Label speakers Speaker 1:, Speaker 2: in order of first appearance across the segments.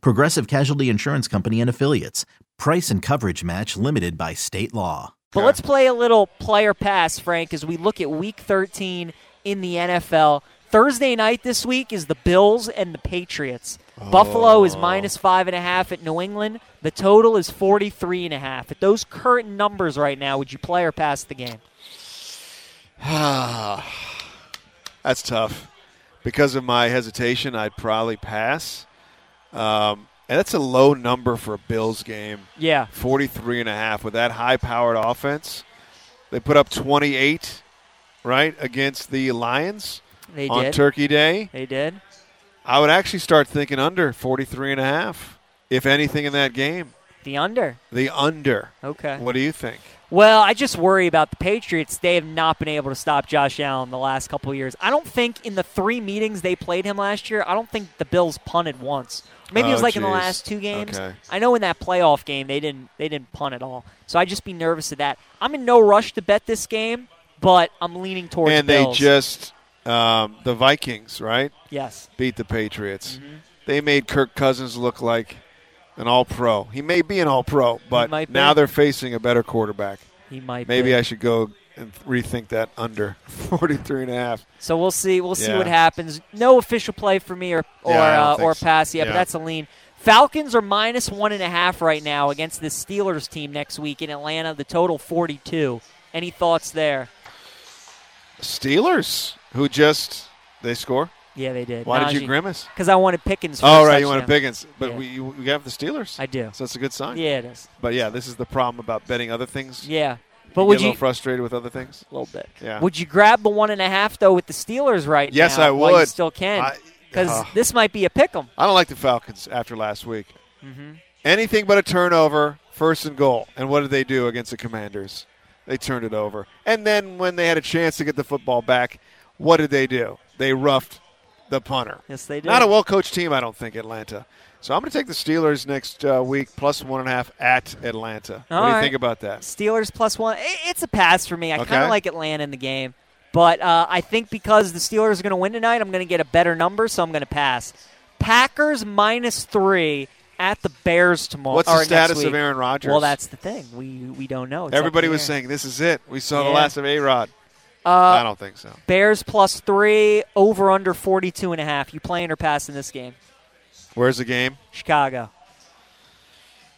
Speaker 1: Progressive Casualty Insurance Company and Affiliates. Price and coverage match limited by state law.
Speaker 2: But let's play a little player pass, Frank, as we look at week 13 in the NFL. Thursday night this week is the Bills and the Patriots. Buffalo is minus five and a half at New England. The total is 43 and a half. At those current numbers right now, would you play or pass the game?
Speaker 3: That's tough. Because of my hesitation, I'd probably pass. Um, and that's a low number for a Bills game.
Speaker 2: Yeah.
Speaker 3: 43 and a half with that high-powered offense. They put up 28, right, against the Lions
Speaker 2: They
Speaker 3: on
Speaker 2: did.
Speaker 3: Turkey Day.
Speaker 2: They did.
Speaker 3: I would actually start thinking under 43 and a half, if anything in that game.
Speaker 2: The under.
Speaker 3: The under.
Speaker 2: Okay.
Speaker 3: What do you think?
Speaker 2: Well, I just worry about the Patriots. They have not been able to stop Josh Allen the last couple of years. I don't think in the three meetings they played him last year, I don't think the Bills punted once. Maybe it was
Speaker 3: Oh,
Speaker 2: like in the
Speaker 3: jeez.
Speaker 2: last two games.
Speaker 3: Okay.
Speaker 2: I know in that playoff game they didn't they didn't punt at all. So I'd just be nervous of that. I'm in no rush to bet this game, but I'm leaning towards
Speaker 3: and they
Speaker 2: Bills.
Speaker 3: just um, the Vikings, right?
Speaker 2: yes.
Speaker 3: beat the Patriots.
Speaker 2: Mm-hmm.
Speaker 3: They made Kirk Cousins look like an all pro. He may be an all pro, but
Speaker 2: might be.
Speaker 3: now they're facing a better quarterback.
Speaker 2: He might
Speaker 3: Maybe
Speaker 2: be.
Speaker 3: I should go and rethink that under 43 and a half.
Speaker 2: So we'll see. We'll see
Speaker 3: Yeah.
Speaker 2: what happens. No official play for me or or
Speaker 3: Yeah, I don't
Speaker 2: uh,
Speaker 3: think
Speaker 2: or
Speaker 3: so.
Speaker 2: pass. Yeah, but
Speaker 3: Yeah.
Speaker 2: that's a lean. Falcons are minus one and a half right now against the Steelers team next week in Atlanta. The total forty two. Any thoughts there?
Speaker 3: Steelers, who just they score.
Speaker 2: Yeah, they did.
Speaker 3: Why did you grimace?
Speaker 2: Because I wanted Pickens. For
Speaker 3: All
Speaker 2: a
Speaker 3: right, you want
Speaker 2: touchdown.
Speaker 3: to Pickens, but
Speaker 2: Yeah.
Speaker 3: we you, we have the Steelers.
Speaker 2: I do.
Speaker 3: So that's a good sign.
Speaker 2: Yeah, it is.
Speaker 3: But yeah, this is the problem about betting other things.
Speaker 2: Yeah, but would
Speaker 3: get a
Speaker 2: you?
Speaker 3: little frustrated with other things?
Speaker 2: little bit.
Speaker 3: Yeah.
Speaker 2: Would you grab the one and a half though with the Steelers right
Speaker 3: Yes,
Speaker 2: now?
Speaker 3: I
Speaker 2: while you
Speaker 3: would.
Speaker 2: still can.
Speaker 3: I-
Speaker 2: Because
Speaker 3: Ugh.
Speaker 2: this might be a pick 'em.
Speaker 3: I don't like the Falcons after last week.
Speaker 2: Mm-hmm.
Speaker 3: Anything but a turnover, first and goal. And what did they do against the Commanders? They turned it over. And then when they had a chance to get the football back, what did they do? They roughed the punter.
Speaker 2: Yes, they did.
Speaker 3: Not a well coached team, I don't think, Atlanta. So I'm going to take the Steelers next uh, week, plus one and a half at Atlanta.
Speaker 2: All
Speaker 3: what do you
Speaker 2: right.
Speaker 3: think about that?
Speaker 2: Steelers plus one. I- It's a pass for me. I kind
Speaker 3: Okay.
Speaker 2: of like Atlanta in the game, but uh, I think because the Steelers are going to win tonight, I'm going to get a better number, so I'm going to pass. Packers minus three at the Bears tomorrow.
Speaker 3: What's the
Speaker 2: or next
Speaker 3: status
Speaker 2: week.
Speaker 3: of Aaron Rodgers?
Speaker 2: Well, that's the thing. We we don't know. It's up
Speaker 3: Everybody
Speaker 2: in the
Speaker 3: was
Speaker 2: air.
Speaker 3: saying, this is it. We saw the
Speaker 2: Yeah. Uh,
Speaker 3: last of A Rod. I don't think so.
Speaker 2: Bears plus three over under 42 and a half. You playing or passing this game?
Speaker 3: Where's the game?
Speaker 2: Chicago.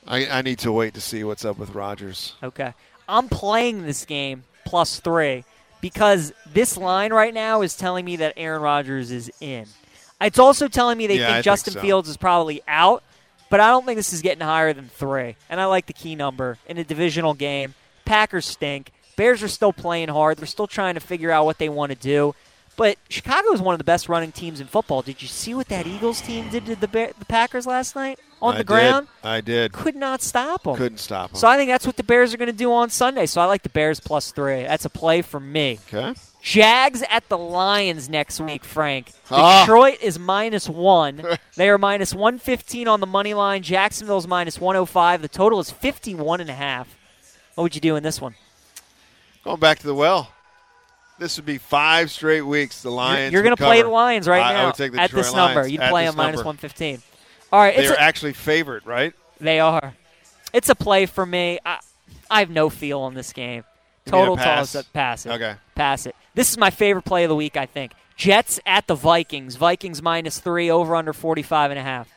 Speaker 3: I, I need to wait to see what's up with Rodgers.
Speaker 2: Okay. I'm playing this game plus three because this line right now is telling me that Aaron Rodgers is in. It's also telling me they
Speaker 3: Yeah, I
Speaker 2: think
Speaker 3: think
Speaker 2: Justin
Speaker 3: so.
Speaker 2: Fields is probably out, but I don't think this is getting higher than three. And I like the key number in a divisional game. Packers stink. Bears are still playing hard. They're still trying to figure out what they want to do. But Chicago is one of the best running teams in football. Did you see what that Eagles team did to the, Bear, the Packers last night on
Speaker 3: I
Speaker 2: the
Speaker 3: did.
Speaker 2: ground?
Speaker 3: I did.
Speaker 2: Could not stop them.
Speaker 3: Couldn't stop him.
Speaker 2: So I think that's what the Bears are going to do on Sunday. So I like the Bears plus three. That's a play for me.
Speaker 3: okay.
Speaker 2: Jags at the Lions next week, Frank.
Speaker 3: Ah.
Speaker 2: Detroit is minus one. they are minus 115 on the money line. Jacksonville's minus 105. The total is 51 and a half. What would you do in this one?
Speaker 3: Going back to the well. This would be five straight weeks. The Lions.
Speaker 2: You're
Speaker 3: going to
Speaker 2: play the Lions right
Speaker 3: I,
Speaker 2: now
Speaker 3: I would take the
Speaker 2: at
Speaker 3: Detroit
Speaker 2: this
Speaker 3: Lions
Speaker 2: number. You'd
Speaker 3: at
Speaker 2: play
Speaker 3: this
Speaker 2: them minus
Speaker 3: number.
Speaker 2: 115. All right,
Speaker 3: They
Speaker 2: it's
Speaker 3: are
Speaker 2: a-
Speaker 3: actually favored, right?
Speaker 2: They are. It's a play for me. I, I have no feel on this game.
Speaker 3: me a
Speaker 2: Total
Speaker 3: pass.
Speaker 2: toss up. Pass it.
Speaker 3: Okay.
Speaker 2: Pass it. This is my favorite play of the week, I think. Jets at the Vikings. Vikings minus three, over under 45 and a half.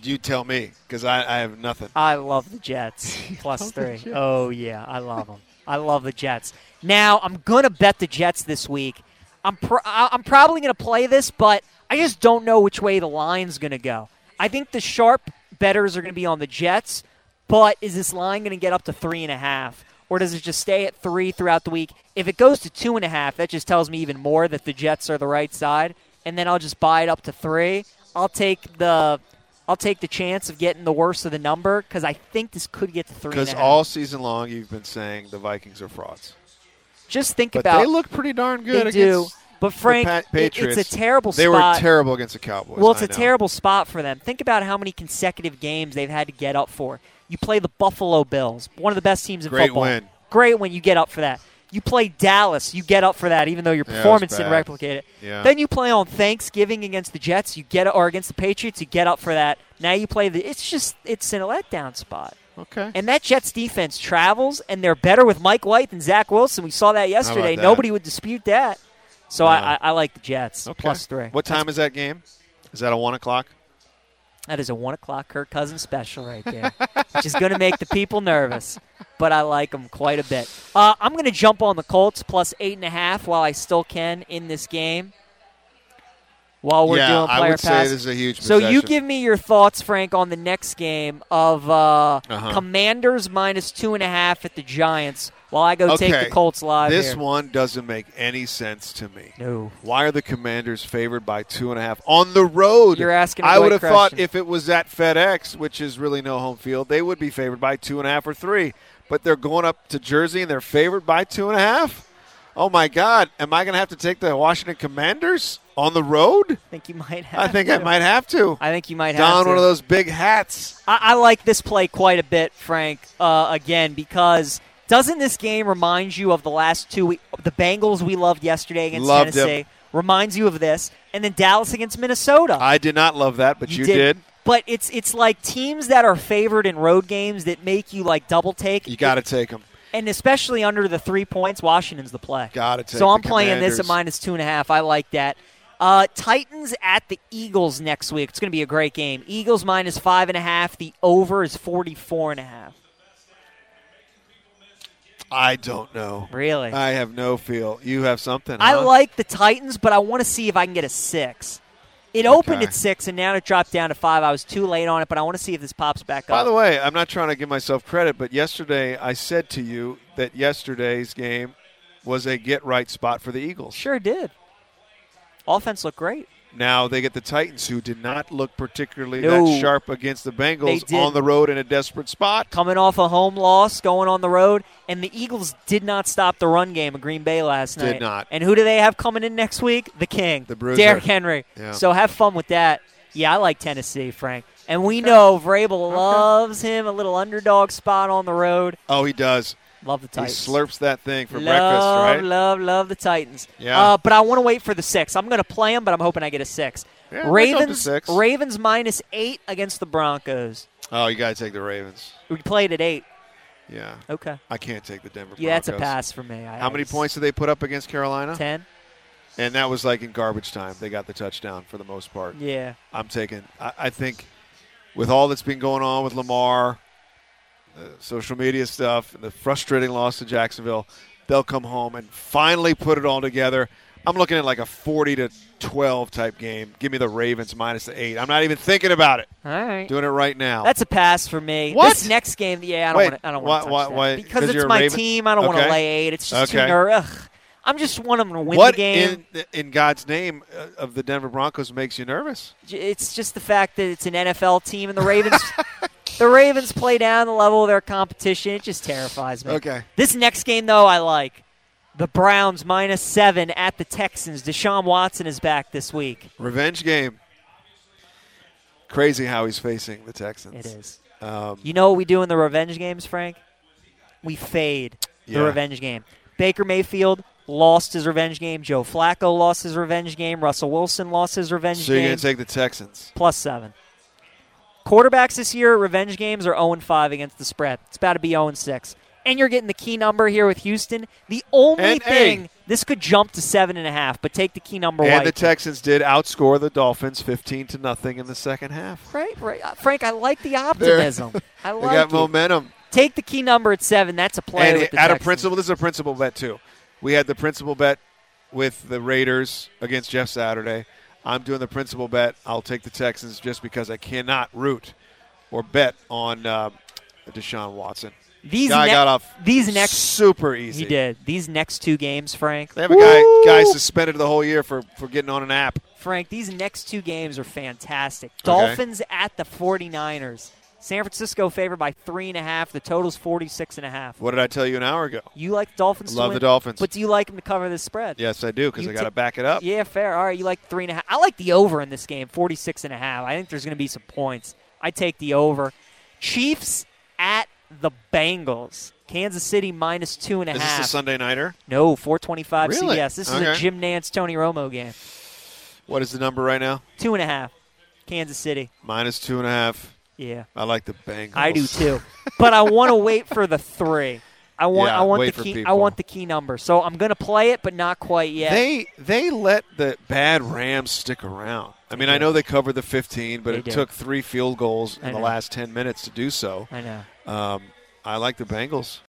Speaker 3: You tell me, because I, I have nothing.
Speaker 2: I love the Jets. Plus three. Oh, yeah. I love them. I love the Jets. Now, I'm going to bet the Jets this week. I'm, pro- I- I'm probably going to play this, but I just don't know which way the line's going to go. I think the sharp betters are going to be on the Jets, but is this line going to get up to three and a half? Or does it just stay at three throughout the week? If it goes to two and a half, that just tells me even more that the Jets are the right side. And then I'll just buy it up to three. I'll take the I'll take the chance of getting the worst of the number because I think this could get to three. and a
Speaker 3: Because
Speaker 2: half.
Speaker 3: all season long you've been saying the Vikings are frauds,
Speaker 2: just think
Speaker 3: but
Speaker 2: about
Speaker 3: they look pretty darn good.
Speaker 2: they do.
Speaker 3: against
Speaker 2: But Frank,
Speaker 3: the
Speaker 2: it-
Speaker 3: Pa- Patriots.
Speaker 2: it's a terrible
Speaker 3: They
Speaker 2: spot.
Speaker 3: were terrible against the Cowboys.
Speaker 2: Well, it's
Speaker 3: a
Speaker 2: a terrible spot for them. Think about how many consecutive games they've had to get up for. You play the Buffalo Bills, one of the best teams in
Speaker 3: Great
Speaker 2: football.
Speaker 3: win.
Speaker 2: Great win. You get up for that. You play Dallas. You get up for that, even though your
Speaker 3: Yeah, it was
Speaker 2: performance didn't
Speaker 3: bad.
Speaker 2: replicate it.
Speaker 3: Yeah.
Speaker 2: Then you play on Thanksgiving against the Jets. You get or against the Patriots. You get up for that. Now you play the. It's just it's in a letdown spot.
Speaker 3: Okay.
Speaker 2: And that Jets defense travels, and they're better with Mike White than Zach Wilson. We saw that yesterday.
Speaker 3: that?
Speaker 2: Nobody would dispute that. So
Speaker 3: No.
Speaker 2: I, I, I like the Jets
Speaker 3: Okay.
Speaker 2: plus three.
Speaker 3: What time is that game? Is that a one o'clock?
Speaker 2: That is a one o'clock Kirk Cousins special right there, which is going to make the people nervous. But I like them quite a bit. Uh, I'm going to jump on the Colts plus eight and a half while I still can in this game. While we're
Speaker 3: yeah,
Speaker 2: doing player
Speaker 3: I would say
Speaker 2: pass,
Speaker 3: this is a huge.
Speaker 2: so you
Speaker 3: possession.
Speaker 2: give me your thoughts, Frank, on the next game of uh,
Speaker 3: Uh-huh.
Speaker 2: Commanders minus two and a half at the Giants, while I go take
Speaker 3: Okay.
Speaker 2: the Colts live.
Speaker 3: this
Speaker 2: here.
Speaker 3: one doesn't make any sense to me.
Speaker 2: no.
Speaker 3: Why are the Commanders favored by two and a half on the road?
Speaker 2: You're asking a
Speaker 3: I
Speaker 2: great
Speaker 3: would have thought
Speaker 2: question.
Speaker 3: if it was at FedEx, which is really no home field, they would be favored by two and a half or three. But they're going up to Jersey and they're favored by two and a half. Oh my God! Am I going to have to take the Washington Commanders on the road?
Speaker 2: I think you might. Have
Speaker 3: I think
Speaker 2: to.
Speaker 3: I might have to
Speaker 2: I think you might have
Speaker 3: don
Speaker 2: to.
Speaker 3: one of those big hats.
Speaker 2: I, I like this play quite a bit, Frank. Uh, again, because doesn't this game remind you of the last two? We, the Bengals we loved yesterday against
Speaker 3: Loved 'em.
Speaker 2: Tennessee reminds you of this, and then Dallas against Minnesota.
Speaker 3: I did not love that, but you, did.
Speaker 2: But it's it's like teams that are favored in road games that make you like double take.
Speaker 3: You got to take them.
Speaker 2: and especially under the three points, Washington's the play.
Speaker 3: Gotta take
Speaker 2: So I'm
Speaker 3: the
Speaker 2: playing this at
Speaker 3: Commanders.
Speaker 2: minus two and a half. I like that. Uh, Titans at the Eagles next week. It's going to be a great game. Eagles minus five and a half. The over is 44 and a half.
Speaker 3: I don't know.
Speaker 2: Really?
Speaker 3: I have no feel. You have something.
Speaker 2: I
Speaker 3: huh?
Speaker 2: like the Titans, but I want to see if I can get a six. It opened
Speaker 3: Okay.
Speaker 2: at six, and now it dropped down to five. I was too late on it, but I want to see if this pops back
Speaker 3: By
Speaker 2: up.
Speaker 3: the way, I'm not trying to give myself credit, but yesterday I said to you that yesterday's game was a get right spot for the Eagles.
Speaker 2: sure did. Offense looked great.
Speaker 3: Now they get the Titans, who did not look particularly
Speaker 2: No.
Speaker 3: that sharp against the
Speaker 2: They
Speaker 3: Bengals
Speaker 2: didn't.
Speaker 3: on the road in a desperate spot.
Speaker 2: Coming off a home loss, going on the road, and the Eagles did not stop the run game of Green Bay last
Speaker 3: Did
Speaker 2: night.
Speaker 3: not.
Speaker 2: And who do they have coming in next week? The King,
Speaker 3: The Bruiser.
Speaker 2: Derrick Henry.
Speaker 3: Yeah.
Speaker 2: So have fun with that. Yeah, I like Tennessee, Frank. And we know Vrabel loves him a little underdog spot on the road.
Speaker 3: Oh, he does.
Speaker 2: Love the Titans.
Speaker 3: He slurps that thing for
Speaker 2: love,
Speaker 3: breakfast, right?
Speaker 2: Love, love the Titans.
Speaker 3: Yeah.
Speaker 2: Uh, but I want to wait for the six. I'm going to play them, but I'm hoping I get a six.
Speaker 3: Yeah, wake up to
Speaker 2: Ravens,
Speaker 3: six.
Speaker 2: Ravens minus eight against the Broncos.
Speaker 3: Oh, you got to take the Ravens.
Speaker 2: We played at eight.
Speaker 3: Yeah,
Speaker 2: Okay.
Speaker 3: I can't take the Denver.
Speaker 2: Yeah, that's a
Speaker 3: Broncos.
Speaker 2: pass for me. I,
Speaker 3: How many
Speaker 2: I just-
Speaker 3: points did they put up against Carolina?
Speaker 2: Ten.
Speaker 3: And that was like in garbage time. They got the touchdown for the most part.
Speaker 2: Yeah.
Speaker 3: I'm taking. I, I think with all that's been going on with Lamar, the social media stuff, and the frustrating loss to Jacksonville, they'll come home and finally put it all together. I'm looking at like a 40 to 12 type game. Give me the Ravens minus the eight. I'm not even thinking about it.
Speaker 2: All right.
Speaker 3: Doing it right now.
Speaker 2: That's a pass for me.
Speaker 3: What?
Speaker 2: This next game, yeah, I
Speaker 3: Wait,
Speaker 2: don't want to. I don't want to
Speaker 3: why- why-
Speaker 2: touch
Speaker 3: why-
Speaker 2: that because
Speaker 3: 'cause
Speaker 2: it's
Speaker 3: you're a
Speaker 2: my
Speaker 3: Raven?
Speaker 2: team. I don't want
Speaker 3: Okay.
Speaker 2: to lay eight. It's just too
Speaker 3: Okay.
Speaker 2: ner- ugh. I'm just want them to win
Speaker 3: what
Speaker 2: the game.
Speaker 3: in in God's name uh, of the Denver Broncos makes you nervous?
Speaker 2: J- it's just the fact that it's an NFL team and the Ravens the Ravens play down the level of their competition. It just terrifies me.
Speaker 3: Okay.
Speaker 2: This next game though I like. The Browns minus seven at the Texans. Deshaun Watson is back this week.
Speaker 3: Revenge game. Crazy how he's facing the Texans.
Speaker 2: It is.
Speaker 3: Um,
Speaker 2: You know what we do in the revenge games, Frank? We fade the
Speaker 3: Yeah.
Speaker 2: revenge game. Baker Mayfield lost his revenge game. Joe Flacco lost his revenge game. Russell Wilson lost his revenge
Speaker 3: so you're
Speaker 2: game.
Speaker 3: going to take the Texans.
Speaker 2: plus seven. Quarterbacks this year, at revenge games are 0 5 against the spread. It's about to be 0 6. And you're getting the key number here with Houston. The only
Speaker 3: And
Speaker 2: thing,
Speaker 3: A.
Speaker 2: this could jump to 7.5, but take the key number
Speaker 3: And
Speaker 2: white.
Speaker 3: the Texans did outscore the Dolphins 15 to nothing in the second half.
Speaker 2: right, right. Uh, Frank, I like the optimism. I
Speaker 3: They
Speaker 2: like
Speaker 3: got
Speaker 2: it.
Speaker 3: momentum.
Speaker 2: Take the key number at 7. That's a play.
Speaker 3: and
Speaker 2: with
Speaker 3: it-
Speaker 2: the
Speaker 3: out of
Speaker 2: Texans.
Speaker 3: principle, this is a principal bet too. We had the principal bet with the Raiders against Jeff Saturday. I'm doing the principal bet. I'll take the Texans just because I cannot root or bet on uh, Deshaun Watson.
Speaker 2: These,
Speaker 3: guy
Speaker 2: ne-
Speaker 3: got off
Speaker 2: these next.
Speaker 3: super easy.
Speaker 2: He did. These next two games, Frank.
Speaker 3: They have a guy
Speaker 2: Woo!
Speaker 3: guy suspended the whole year for, for getting on an app.
Speaker 2: Frank, these next two games are fantastic. Dolphins at the 49ers. San Francisco favored by three and a half. The total's 46 and a half.
Speaker 3: What did I tell you an hour ago?
Speaker 2: You like Dolphins? to
Speaker 3: Love
Speaker 2: win,
Speaker 3: the Dolphins.
Speaker 2: But do you like them to cover this spread?
Speaker 3: Yes, I do because
Speaker 2: You
Speaker 3: I got
Speaker 2: ta-
Speaker 3: to back it up.
Speaker 2: Yeah, fair. All right, you like three and a half. I like the over in this game, 46 and a half. I think there's going to be some points. I take the over. Chiefs at the Bengals. Kansas City minus two and a
Speaker 3: Is
Speaker 2: half.
Speaker 3: this a Sunday nighter?
Speaker 2: no, 425
Speaker 3: Really?
Speaker 2: CBS. This is a
Speaker 3: Okay.
Speaker 2: Jim Nance, Tony Romo game.
Speaker 3: What is the number right now?
Speaker 2: Two and a half. Kansas City.
Speaker 3: Minus two and a half.
Speaker 2: Yeah.
Speaker 3: I like the Bengals.
Speaker 2: I do too. but I want to wait for the three. I want
Speaker 3: Yeah,
Speaker 2: I want
Speaker 3: wait
Speaker 2: the
Speaker 3: for
Speaker 2: key I
Speaker 3: people.
Speaker 2: want the key number. So I'm gonna play it, but not quite yet.
Speaker 3: They they let the bad Rams stick around. I mean, I know they covered the 15, but
Speaker 2: They
Speaker 3: it
Speaker 2: did.
Speaker 3: took three field goals
Speaker 2: I
Speaker 3: in the
Speaker 2: know.
Speaker 3: last 10 minutes to do so.
Speaker 2: I know.
Speaker 3: Um, I like the Bengals.